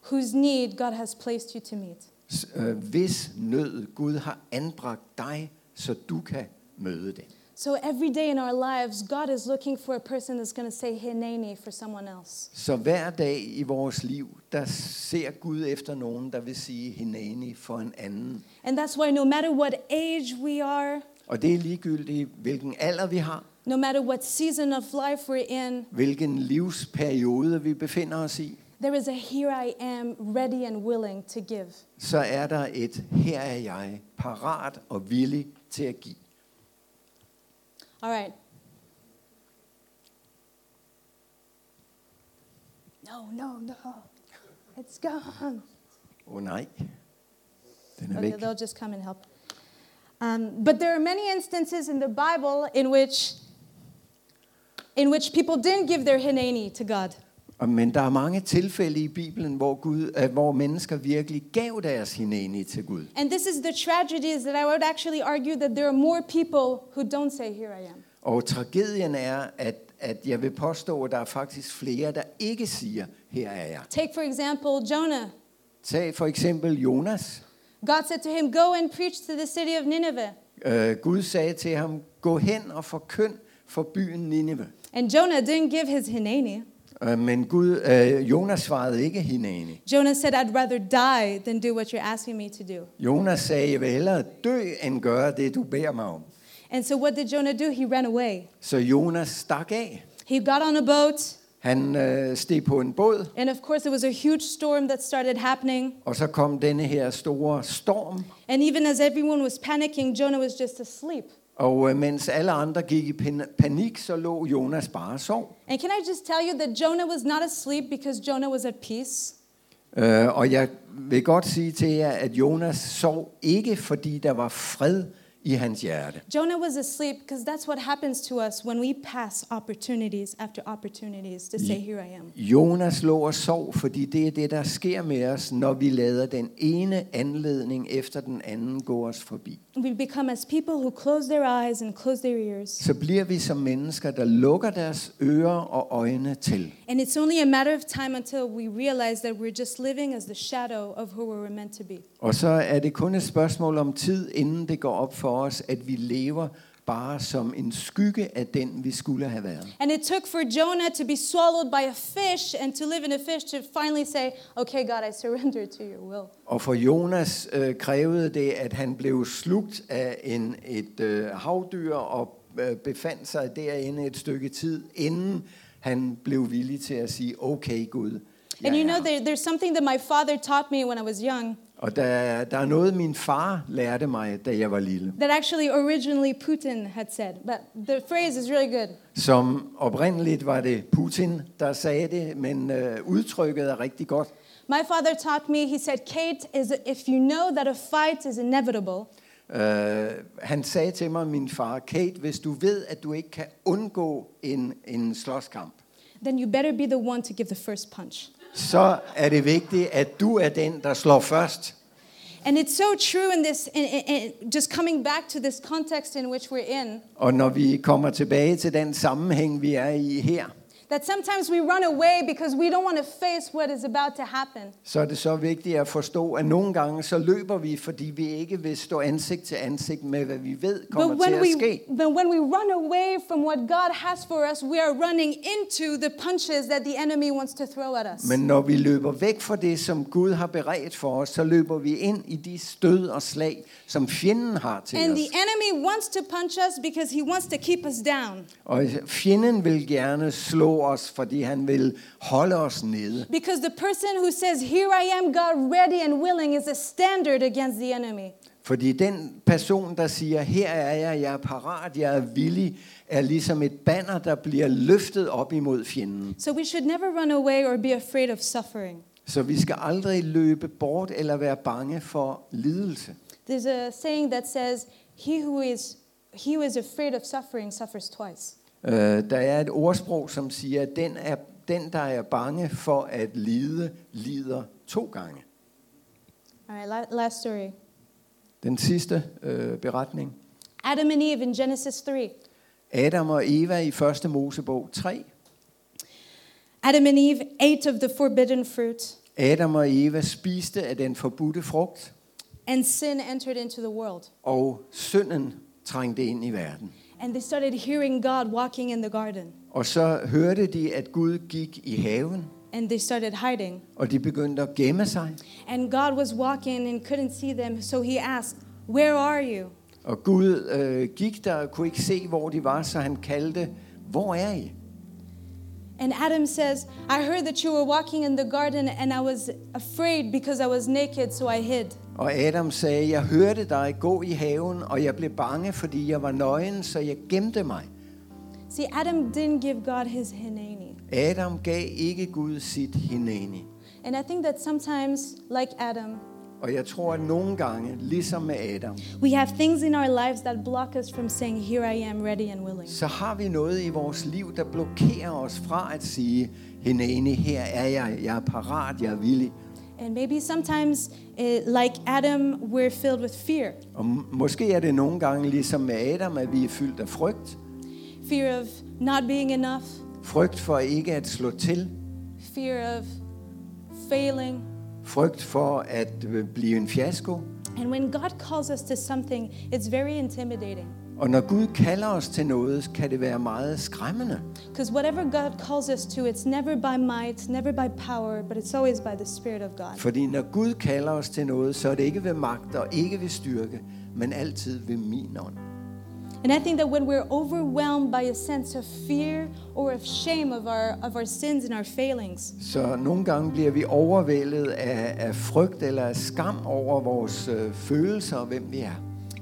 B: whose need God has placed you to meet.
A: S- øh, Hvis nød Gud har anbragt dig, så du kan møde den.
B: So every day in our lives, God is looking for a person that's going to say hineni for someone else.
A: Så hver dag i vores liv, der ser Gud efter nogen, der vil sige hinani for en anden.
B: And that's why no matter what age we are,
A: Og det er ligegyldigt, hvilken alder vi har,
B: no matter what season of life we're in,
A: hvilken livsperiode vi befinder os i,
B: there is a here I am, ready and willing to give.
A: så er der et, her er jeg, parat og villig til at give.
B: All right. No, no, no. It's gone.
A: Åh oh, nej, den er
B: Okay,
A: væk.
B: they'll just come and help. Um, but there are many instances in the Bible in which, in which people didn't give their hineni to God.
A: Og- Men der er mange tilfælde i Bibelen, hvor, Gud, øh, hvor mennesker virkelig gav deres hinani til Gud.
B: And this is the tragedy is that I would actually argue that there are more people who don't say, Here I am.
A: Og tragedien er, at, at jeg vil påstå, at der er faktisk flere, der ikke siger, her er jeg.
B: Take, for example, Jonah.
A: Tag for eksempel Jonas.
B: God said to him, Go and preach to the city of Nineveh.
A: Øh, Gud sagde til ham, gå hen og forkynd for byen Nineve.
B: And Jonah didn't give his hineni.
A: Øh, men Gud, øh, Jonas svarede ikke hinanden.
B: Jonah said, I'd rather die than do what you're asking me to do.
A: Jonas sagde, jeg vil hellere dø, end gøre det, du beder mig om.
B: And so what did Jonah do? He ran away.
A: Så Jonas stak af.
B: He got on a boat.
A: Han øh, steg på en båd,
B: And of course, there was a huge storm that started happening.
A: og så kom denne her store storm.
B: And even as everyone was panicking, Jonah was just asleep.
A: Og øh, mens alle andre gik i pan- panik, så lå Jonas bare og sov.
B: And can I just tell you that Jonah was not asleep because Jonah was at peace?
A: Øh, og jeg vil godt sige til jer, at Jonas sov ikke, fordi der var fred i hans hjerte.
B: Jonah was asleep because that's what happens to us when we pass opportunities after opportunities to say, Here I am.
A: Jonas lå og sov, fordi det er det, der sker med os, når vi lader den ene anledning efter den anden gå os forbi.
B: We become as people who close their eyes and close their ears.
A: Så bliver vi som mennesker, der lukker deres ører og øjne til.
B: And it's only a matter of time until we realize that we're just living as the shadow of who we were meant to be.
A: Og så er det kun et spørgsmål om tid, inden det går op for os, at vi lever bare som en skygge af den, vi skulle have været.
B: And it took for Jonah to be swallowed by a fish and to live in a fish to finally say, Okay, God, I surrender to your will.
A: Og for Jonas øh, krævede det, at han blev slugt af en, et øh, havdyr og øh, befandt sig derinde et stykke tid, inden han blev villig til at sige, okay Gud,
B: And
A: jeg
B: you
A: er
B: know,
A: her."
B: there, there's something that my father taught me when I was young
A: Og der, der er noget, min far lærte mig, da jeg var lille,
B: that actually originally Putin had said, but the phrase is really good.
A: som oprindeligt var det Putin, der sagde det, men øh, udtrykket er rigtig godt.
B: My father taught me, he said, Kate, is if you know that a fight is inevitable,
A: Øh, han sagde til mig, min far, Kate, hvis du ved, at du ikke kan undgå en, en slåskamp,
B: then you better be the one to give the first punch.
A: så er det vigtigt, at du er den, der slår først.
B: And it's so true in this, in, in, in- just coming back to this context in which we're in,
A: Og når vi kommer tilbage til den sammenhæng, vi er i her,
B: that sometimes we run away because we don't want to face what is about to happen.
A: så er det så vigtigt at forstå, at nogle gange så løber vi, fordi vi ikke vil stå ansigt til ansigt med, hvad vi ved
B: But
A: kommer til
B: when,
A: at
B: we,
A: ske.
B: but when we run away from what God has for us, we are running into the punches that the enemy wants to throw at us.
A: Men når vi løber væk fra det, som Gud har beredt for os, så løber vi ind i de stød og slag, som fjenden har til
B: And
A: os.
B: the enemy wants to punch us because he wants to keep us down,
A: Og fjenden vil gerne slå os, fordi han vil holde os nede.
B: because the person who says, Here I am, God, ready and willing, is a standard against the enemy.
A: Fordi den person, der siger, her er jeg, jeg er parat, jeg er villig, er ligesom et banner, der bliver løftet op imod fjenden.
B: So we should never run away or be afraid of suffering.
A: Så vi skal aldrig løbe bort eller være bange for lidelse.
B: There's a saying that says, He who is, he who is afraid of suffering suffers twice.
A: Øh, der er et ordsprog, som siger, at den, er, den, der er bange for at lide, lider to gange.
B: All right, la- last story.
A: Den sidste øh, beretning.
B: Adam and Eve in Genesis 3.
A: Adam og Eva i første Mosebog 3.
B: Adam and Eve ate of the forbidden fruit,
A: Adam og Eva spiste af den forbudte frugt,
B: and sin entered into the world.
A: og synden trængte ind i verden.
B: And they started hearing God walking in the garden,
A: Og så hørte de, at Gud gik i haven,
B: and they started hiding.
A: og de begyndte at gemme sig.
B: And God was walking and couldn't see them, so he asked, Where are you?
A: Og Gud øh, gik der og kunne ikke se, hvor de var, så han kaldte, hvor er I?
B: And Adam says, I heard that you were walking in the garden, and I was afraid because I was naked, so I hid.
A: Og Adam sagde, jeg hørte dig gå i haven, og jeg blev bange, fordi jeg var nøgen, så jeg gemte mig.
B: See, Adam didn't give God his hineni.
A: Adam gav ikke Gud sit hineni.
B: And I think that sometimes, like Adam,
A: Og jeg tror, at nogle gange, ligesom med Adam,
B: we have things in our lives that block us from saying, Here I am, ready and willing.
A: så har vi noget i vores liv, der blokerer os fra at sige, hineni, her er jeg, jeg er parat, jeg er villig.
B: And maybe sometimes, eh, like Adam, we're filled with fear
A: Og m- måske er det nogle gange ligesom med Adam, at vi er fyldt af frygt.
B: fear of not being enough,
A: Frygt for ikke at slå til.
B: fear of failing.
A: Frygt for at øh, blive en fiasko.
B: And when God calls us to something, it's very intimidating.
A: Og når Gud kalder os til noget, kan det være meget skræmmende.
B: Because whatever God calls us to, it's never by might, never by power, but it's always by the Spirit of God.
A: Fordi når Gud kalder os til noget, så er det ikke ved magt og ikke ved styrke, men altid ved min ånd.
B: And I think that when we're overwhelmed by a sense of fear or of shame of our, of our sins and our failings,
A: Så nogle gange bliver vi overvældet af, af frygt eller af skam over vores øh, følelser og hvem vi er.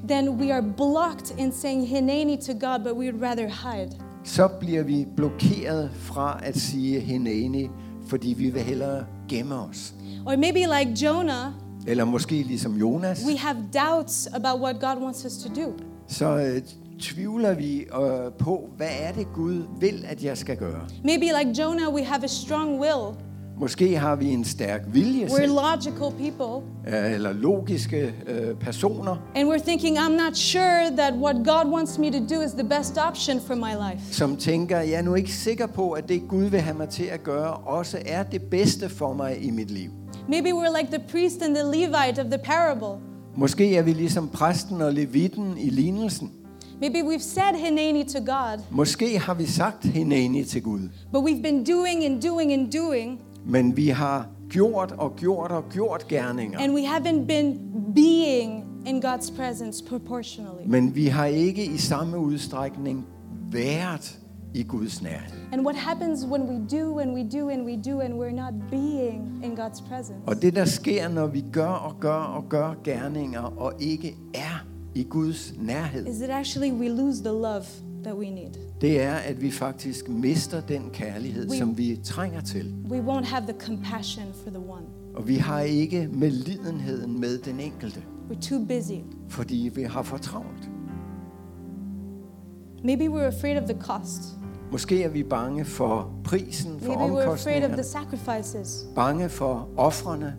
B: then we are blocked in saying Hineni to God, but we'd rather hide.
A: Så bliver vi blokeret fra at sige hineni, fordi vi vil hellere gemme os.
B: Or maybe like Jonah,
A: Eller måske ligesom Jonas,
B: we have doubts about what God wants us to do.
A: så øh, tvivler vi øh, på, hvad er det Gud vil, at jeg skal gøre.
B: Maybe like Jonah, we have a strong will.
A: Måske har vi en stærk vilje
B: We're
A: selv,
B: logical people,
A: øh, eller logiske øh, personer,
B: and we're thinking, I'm not sure that what God wants me to do is the best option for my life.
A: som tænker, jeg er nu ikke sikker på, at det Gud vil have mig til at gøre, også er det bedste for mig i mit liv.
B: Maybe we're like the priest and the Levite of the parable.
A: Måske er vi ligesom præsten og levitten i lignelsen.
B: Maybe we've said Hineni to God,
A: Måske har vi sagt hinani til Gud,
B: but we've been doing and doing and doing,
A: men vi har gjort og gjort og gjort gerninger.
B: and we haven't been being in God's presence proportionally.
A: Men vi har ikke i samme udstrækning været i Guds nærhed.
B: And what happens when we do and we do and we do and we're not being in God's presence?
A: Og det, der sker, når vi gør og gør og gør gerninger og ikke er i Guds nærhed,
B: Is that actually we lose the love that we need?
A: det er, at vi faktisk mister den kærlighed, som vi trænger til.
B: We won't have the compassion for the one.
A: Og vi har ikke medlidenheden med den enkelte,
B: We're too busy.
A: fordi vi har for travlt.
B: Maybe we're afraid of the cost.
A: Måske er vi bange for prisen, for
B: Maybe we're afraid of
A: omkostningerne,
B: the sacrifices.
A: bange for offrene.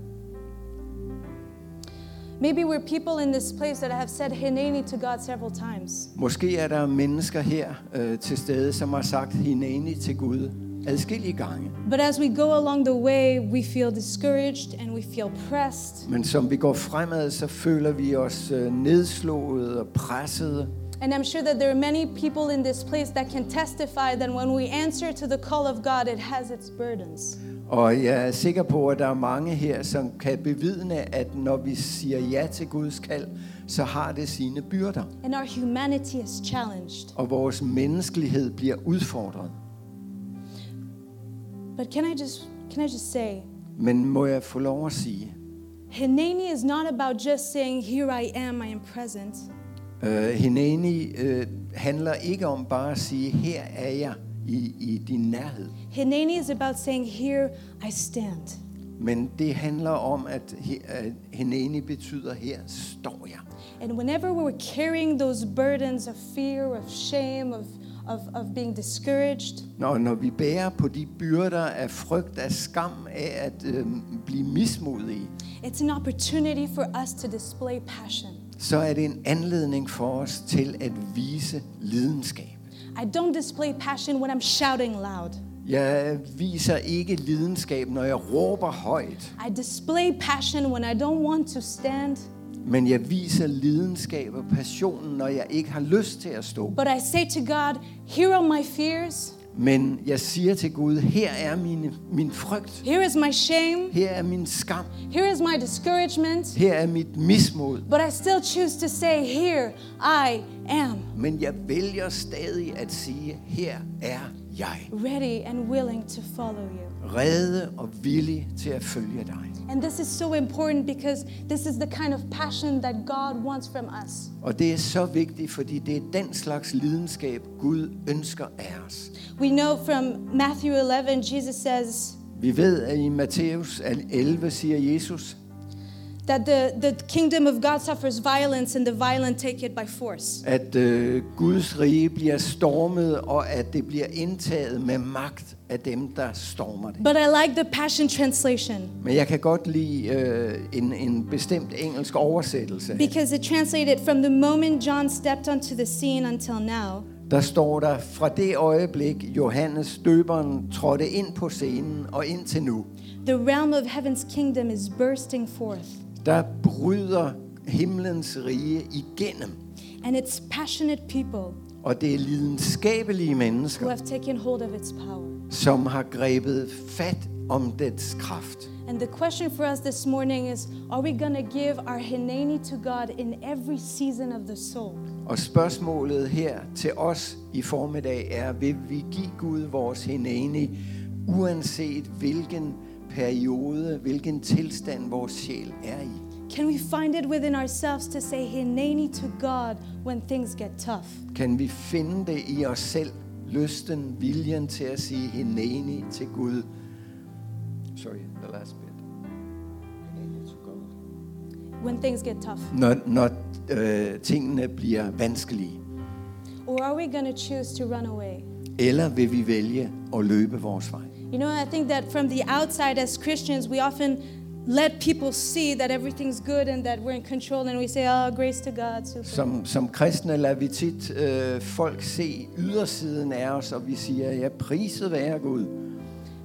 B: Maybe we're people in this place that have said Hineni to God several times.
A: Måske er der mennesker her øh, til stede, som har sagt hinani til Gud adskillige gange.
B: But as we go along the way, we feel discouraged and we feel pressed.
A: Men som vi går fremad, så føler vi os øh, nedslået og presset.
B: And I'm sure that there are many people in this place that can testify that when we answer to the call of God, it has its burdens.
A: Og jeg er sikker på, at der er mange her, som kan bevidne, at når vi siger ja til Guds kald, så har det sine byrder.
B: And our humanity is challenged.
A: Og vores menneskelighed bliver udfordret.
B: But can I just can I just say,
A: Men må jeg få lov at sige,
B: Hineni is not about just saying, Here I am, I am present.
A: øh, hinani øh, handler ikke om bare at sige, her er jeg i, i din nærhed.
B: Hineni is about saying, Here I stand.
A: Men det handler om, at, he- at hinani betyder, her står jeg.
B: And whenever we're carrying those burdens of fear, of shame, of, of, of being discouraged,
A: Når, når vi bærer på de byrder af frygt, af skam, af at øh, blive mismodige,
B: it's an opportunity for us to display passion.
A: så er det en anledning for os til at vise lidenskab.
B: I don't display passion when I'm shouting loud.
A: Jeg viser ikke lidenskab, når jeg råber højt,
B: I display passion when I don't want to stand,
A: men jeg viser lidenskab og passion, når jeg ikke har lyst til at stå.
B: but I say to God, Here are my fears,
A: Men jeg siger til Gud, her er mine, min frygt,
B: here is my shame,
A: her er min skam,
B: here is my discouragement,
A: her er mit mismod,
B: but I still choose to say, Here I am,
A: men jeg vælger stadig at sige, her er jeg.
B: ready and willing to follow you.
A: Rede og villig til at følge dig.
B: And this is so important because this is the kind of passion that God wants from us.
A: Og det er så vigtigt, fordi det er den slags lidenskab, Gud ønsker af os.
B: We know from Matthew 11, Jesus says
A: Vi ved, at i Matthæus 11 siger Jesus,
B: that the, the kingdom of God suffers violence and the violent take it by force.
A: at øh, Guds rige bliver stormet, og at det bliver indtaget med magt af dem, der stormer det.
B: But I like the Passion Translation
A: Men jeg kan godt lide øh, en, en bestemt engelsk oversættelse.
B: because it translated from the moment John stepped onto the scene until now,
A: Der står der, fra det øjeblik Johannes døberen trådte ind på scenen og indtil nu,
B: the realm of heaven's kingdom is bursting forth.
A: der bryder himlens rige igennem.
B: And it's passionate people
A: Og det er lidenskabelige
B: who
A: mennesker,
B: have taken hold of its power.
A: som har grebet fat om dets kraft.
B: And the question for us this morning is Are we going to give our Hineni to God in every season of the soul?
A: Og spørgsmålet her til os i formiddag er, vil vi give Gud vores hinani, uanset hvilken periode, hvilken tilstand vores sjæl er i?
B: Can we find it within ourselves to say Hineni to God when things get tough?
A: Kan vi finde det i os selv, lysten, viljen til at sige hinani til Gud? Sorry, the last bit.
B: When things get tough?
A: Når, når øh, tingene bliver vanskelige.
B: Or are we going to choose to run away?
A: Eller vil vi vælge at løbe vores vej?
B: You know, I think that from the outside as Christians, we often let people see that everything's good and that we're in control, and we say, Oh, grace to God. Super.
A: Som, som kristne lader vi tit øh, folk se ydersiden af os, og vi siger, ja, priset være Gud.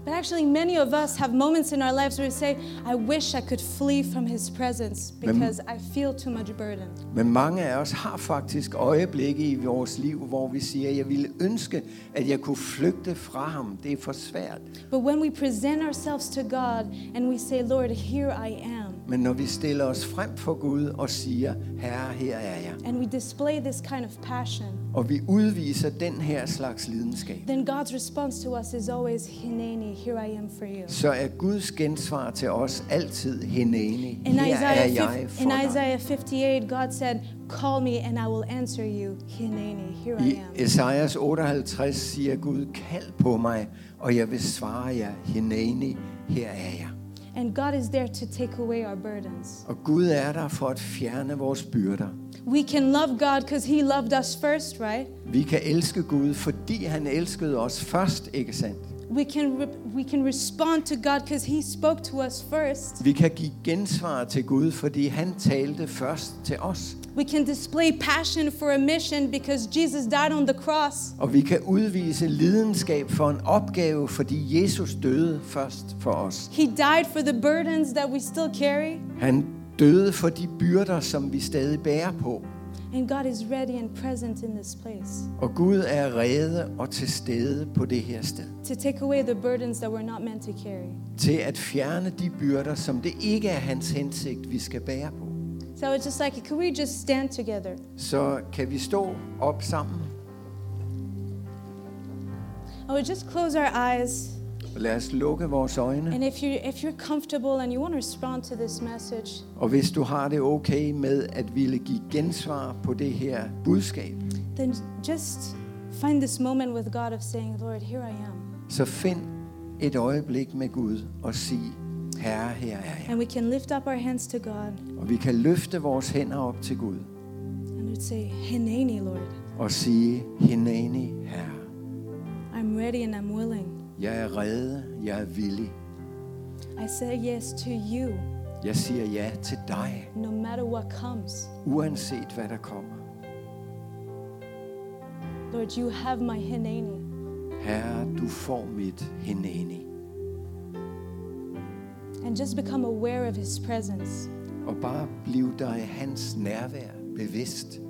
B: But actually, many of us have moments in our lives where we say, I wish I could flee from His presence because I feel too much burden.
A: Men mange af os har faktisk øjeblikke i vores liv, hvor vi siger, jeg ville ønske, at jeg kunne flygte fra ham. Det er for svært.
B: But when we present ourselves to God and we say, Lord, here I am,
A: Men når vi stiller os frem for Gud og siger, herre, her er jeg,
B: and we display this kind of passion,
A: og vi udviser den her slags lidenskab,
B: then God's response to us is always, Hineni, here I am for you.
A: så er Guds gensvar til os altid hinene.
B: In
A: Her er
B: Isaiah,
A: jeg
B: fif-
A: for
B: in
A: dig.
B: Isaiah 58, God said, Call me and I will answer you. Hineni, here I
A: I
B: am.
A: Esajas 58 siger Gud, kald på mig, og jeg vil svare jer, Hinani, her er jeg.
B: And God is there to take away our burdens.
A: Og Gud er der for at fjerne vores byrder.
B: We can love God because He loved us first, right?
A: Vi kan elske Gud, fordi han elskede os først, ikke sandt?
B: We can, re- we can respond to God because He spoke to us first.
A: Vi kan give gensvar til Gud, fordi han talte først til os.
B: We can display passion for a mission because Jesus died on the cross.
A: Og vi kan udvise lidenskab for en opgave, fordi Jesus døde først for os.
B: He died for the burdens that we still carry.
A: Han døde for de byrder, som vi stadig bærer på.
B: And God is ready and present in this place
A: Og Gud er rede og til stede på det her sted.
B: to take away the burdens that we're not meant to carry.
A: til at fjerne de byrder, som det ikke er hans hensigt, vi skal bære på.
B: So it's just like, could we just stand together?
A: Så kan vi stå op sammen,
B: I would just close our eyes.
A: og lad os lukke vores øjne.
B: And if, you, if you're comfortable and you want to respond to this message,
A: Og hvis du har det okay med at ville give gensvar på det her budskab,
B: then just find this moment with God of saying, Lord, here I am.
A: så find et øjeblik med Gud og sig, Herre, her er jeg.
B: And we can lift up our hands to God
A: Og vi kan løfte vores hænder op til Gud
B: and we'd say, Hineni, Lord,
A: og sige, Hinani, Herre,
B: I'm ready and I'm willing.
A: jeg er rede, jeg er villig.
B: I say yes to you,
A: Jeg siger ja til dig,
B: no matter what comes.
A: uanset hvad der kommer.
B: But Lord, you have my hineni.
A: Herre, du får mit heneni.
B: And just become aware of his presence.
A: Og bare bliv dig hans nærvær bevidst.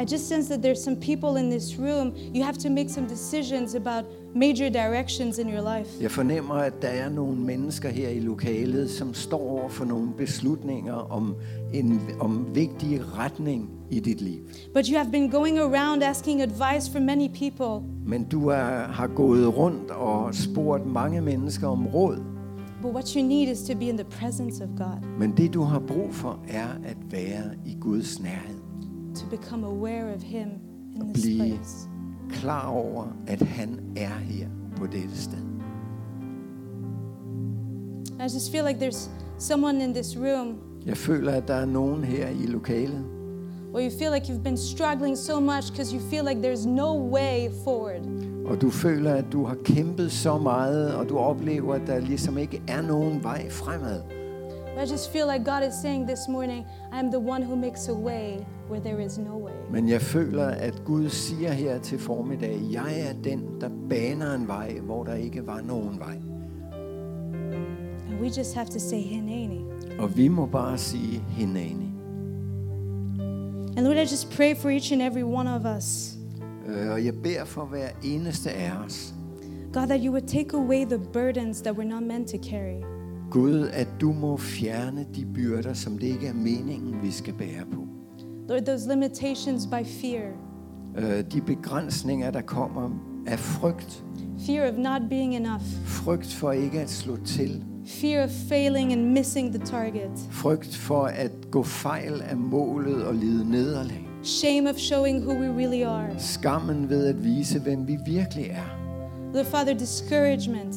B: I just sense that there's some people in this room, you have to make some decisions about major directions in your life.
A: Jeg fornemmer, at der er nogle mennesker her i lokalet, som står over for nogle beslutninger om en om vigtig retning i dit liv.
B: But you have been going around asking advice from many people.
A: Men du er, har gået rundt og spurgt mange mennesker om råd.
B: But what you need is to be in the presence of God,
A: Men det, du har brug for, er at være i Guds nærhed.
B: to become aware of Him in this
A: Blive
B: place.
A: klar over, at han er her på dette sted.
B: I just feel like there's someone in this room
A: Jeg føler, at der er nogen her i lokalet,
B: where you feel like you've been struggling so much because you feel like there's no way forward.
A: og du føler, at du har kæmpet så meget, og du oplever, at der ligesom ikke er nogen vej fremad.
B: But I just feel like God is saying this morning, I am the one who makes a way where there is no way.
A: Men jeg føler, at Gud siger her til formiddag, jeg er den, der baner en vej, hvor der ikke var nogen vej.
B: And we just have to say, Hineni.
A: Og vi må bare sige hinanden.
B: And Lord, I just pray for each and every one of us.
A: Øh, Og jeg beder for hver eneste af os,
B: God, that you would take away the burdens that we're not meant to carry.
A: Gud, at du må fjerne de byrder, som det ikke er meningen, vi skal bære på.
B: Lord, those limitations by fear
A: Øh, De begrænsninger, der kommer af frygt.
B: fear of not being enough,
A: Frygt for ikke at slå til.
B: fear of failing and missing the target,
A: Frygt for at gå fejl af målet og lide nederlag.
B: shame of showing who we really are.
A: Skammen ved at vise, hvem vi virkelig er.
B: Lord, Father, discouragement,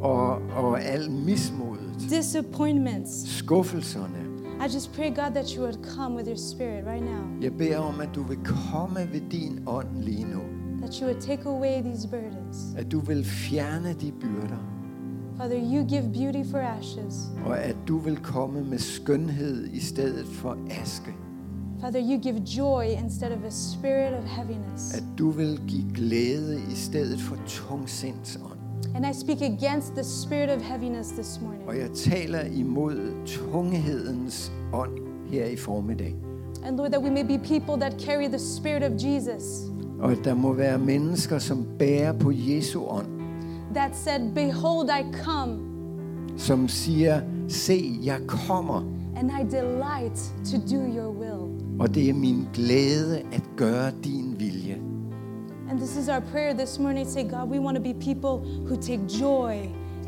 A: Og, og al mismodet.
B: disappointments.
A: Skuffelserne.
B: I just pray, God, that you would come with your spirit right now,
A: Jeg beder om, at du vil komme ved din ånd lige nu.
B: that you would take away these burdens.
A: At du vil fjerne de byrder.
B: Father, you give beauty for ashes.
A: Og at du vil komme med skønhed i stedet for aske.
B: Father, you give joy instead of a spirit of heaviness.
A: At du vil give glæde i stedet for tungsindsånd.
B: And I speak against the spirit of heaviness this morning.
A: Og jeg taler imod tunghedens ånd her i formiddag.
B: And Lord, that we may be people that carry the Spirit of Jesus
A: Og at der må være mennesker, som bærer på Jesu ånd,
B: that said, Behold, I come,
A: som siger, se, jeg kommer,
B: and I delight to do your will.
A: og det er min glæde at gøre din vilje.
B: And this is our prayer this morning. Say, God, we want to be people who take joy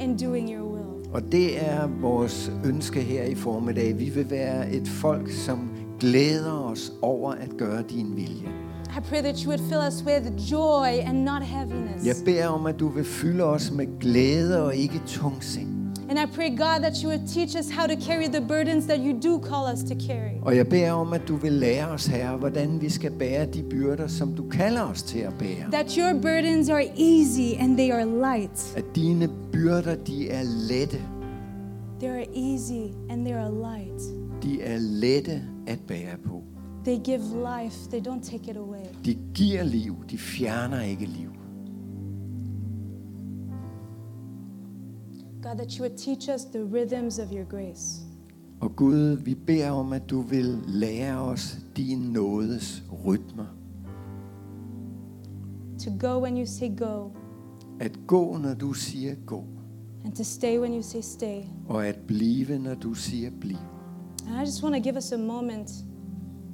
B: in doing your will.
A: Og det er vores ønske her i formiddag. Vi vil være et folk, som glæder os over at gøre din vilje.
B: I pray that you would fill us with joy and not heaviness.
A: Jeg beder om, at du vil fylde os med glæde og ikke tungsind.
B: And I pray, God, that you would teach us how to carry the burdens that you do call us to carry.
A: Og jeg beder om, at du vil lære os, Herre, hvordan vi skal bære de byrder, som du kalder os til at bære.
B: That your burdens are easy and they are light.
A: At dine byrder, de er lette.
B: They are easy and they are light.
A: De er lette at bære på.
B: They give life, they don't take it away.
A: De giver liv, de fjerner ikke liv.
B: God, that you would teach us the rhythms of your grace.
A: Og Gud, vi beder om, at du vil lære os din nådes rytmer.
B: To go when you say go,
A: At gå, når du siger gå.
B: and to stay when you say stay.
A: Og at blive, når du siger bliv.
B: And I just want to give us a moment.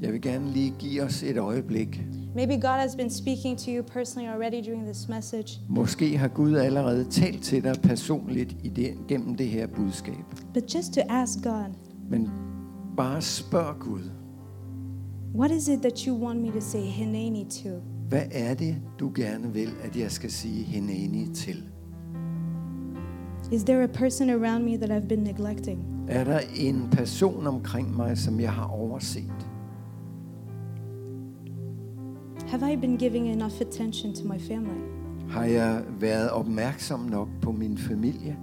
A: Jeg vil gerne lige give os et øjeblik.
B: Maybe God has been speaking to you personally already during this message,
A: Måske har Gud allerede talt til dig personligt i det, gennem det her budskab.
B: but just to ask God,
A: Men bare spørg Gud,
B: what is it that you want me to say Hineni to?
A: hvad er det, du gerne vil, at jeg skal sige heneni til?
B: Is there a person around me that I've been neglecting?
A: Er der en person omkring mig, som jeg har overset?
B: Have I been giving enough attention to my family?
A: Har jeg været opmærksom nok på min familie?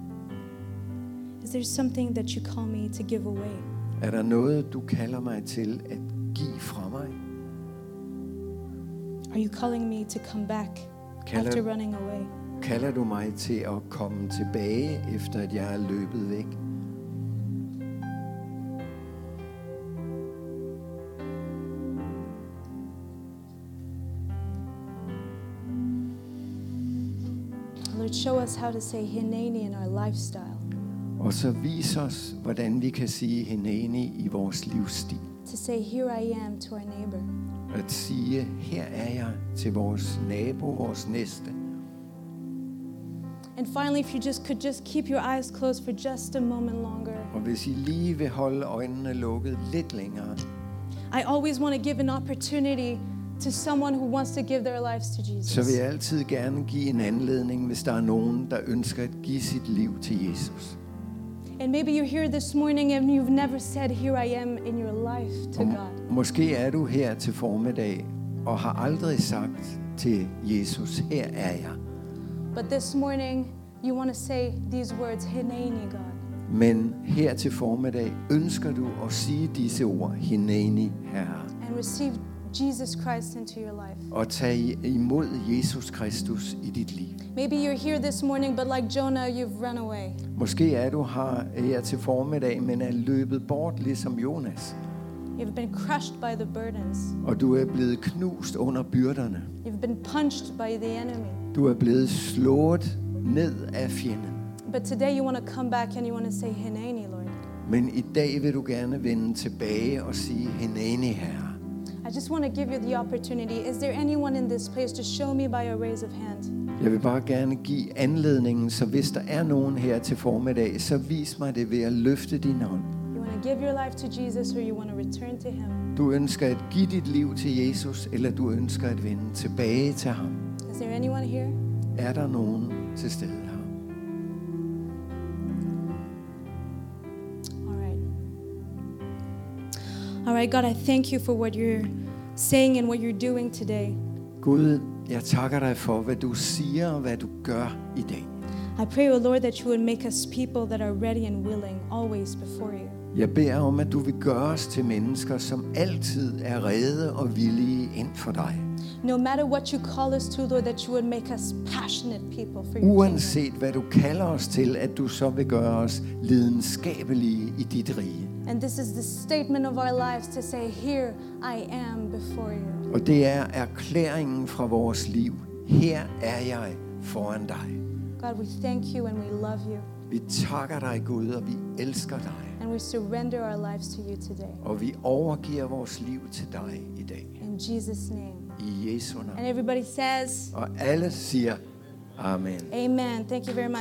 B: Is there something that you call me to give away?
A: Er der noget, du kalder mig til at give fra mig?
B: Are you calling me to come back after
A: Kalder,
B: running away?
A: kalder du mig til at komme tilbage, efter at jeg er løbet væk?
B: Lord, show us how to say Hineni in our lifestyle,
A: Og så vis os, hvordan vi kan sige hineni i vores livsstil.
B: to say, Here I am to our neighbor.
A: At sige, her er jeg til vores nabo, vores næste.
B: And finally, if you just could just keep your eyes closed for just a moment longer.
A: Og hvis I lige vil holde øjnene lukket lidt længere,
B: I always want to give an opportunity to someone who wants to give their lives to Jesus.
A: så vil jeg altid gerne give en anledning, hvis der er nogen, der ønsker at give sit liv til Jesus.
B: And maybe you're here this morning and you've never said, Here I am in your life to
A: Og
B: God.
A: må- måske er du her til formiddag og har aldrig sagt til Jesus, her er jeg.
B: But this morning, you want to say these words, Hineni, God.
A: Men her til formiddag ønsker du at sige disse ord, Hineni Herre,
B: And receive Jesus Christ into your life.
A: og tage imod Jesus Kristus i dit liv.
B: Maybe you're here this morning, but like Jonah, you've run away.
A: Måske er du her, her til formiddag, men er løbet bort ligesom Jonas,
B: You've been crushed by the burdens.
A: og du er blevet knust under byrderne.
B: You've been punched by the enemy.
A: Du er blevet slået ned af fjenden.
B: But today you want to come back and you want to say, Hineni, Lord.
A: Men i dag vil du gerne vende tilbage og sige, Hineni Herre.
B: I just want to give you the opportunity. Is there anyone in this place to show me by a raise of hand?
A: Jeg vil bare gerne give anledningen, så hvis der er nogen her til formiddag, så vis mig det ved at løfte din hånd.
B: You want to give your life to Jesus or you want to return to him?
A: Du ønsker at give dit liv til Jesus, eller du ønsker at vende tilbage til ham.
B: Is there anyone here?
A: Er der nogen til stede her?
B: All right. All right, God, I thank you for what you're saying and what you're doing today.
A: Gud, jeg takker dig for, hvad du siger og hvad du gør i dag.
B: I pray, O Lord, that you would make us people that are ready and willing always before you.
A: Jeg beder om, at du vil gøre os til mennesker, som altid er rede og villige ind for dig.
B: No matter what you call us to, Lord, that you would make us passionate people for your kingdom.
A: Uanset hvad du kalder os til, at du så vil gøre os lidenskabelige i dit rige.
B: And this is the statement of our lives to say, Here I am before you.
A: Og det er erklæringen fra vores liv. Her er jeg foran dig.
B: God, we thank you and we love you.
A: Vi takker dig, Gud, og vi elsker dig.
B: And we surrender our lives to you today.
A: Og vi overgiver vores liv til dig i dag.
B: In Jesus' name.
A: I Jesu navn.
B: And everybody says,
A: Og alle siger, Amen.
B: Amen. Thank you very much.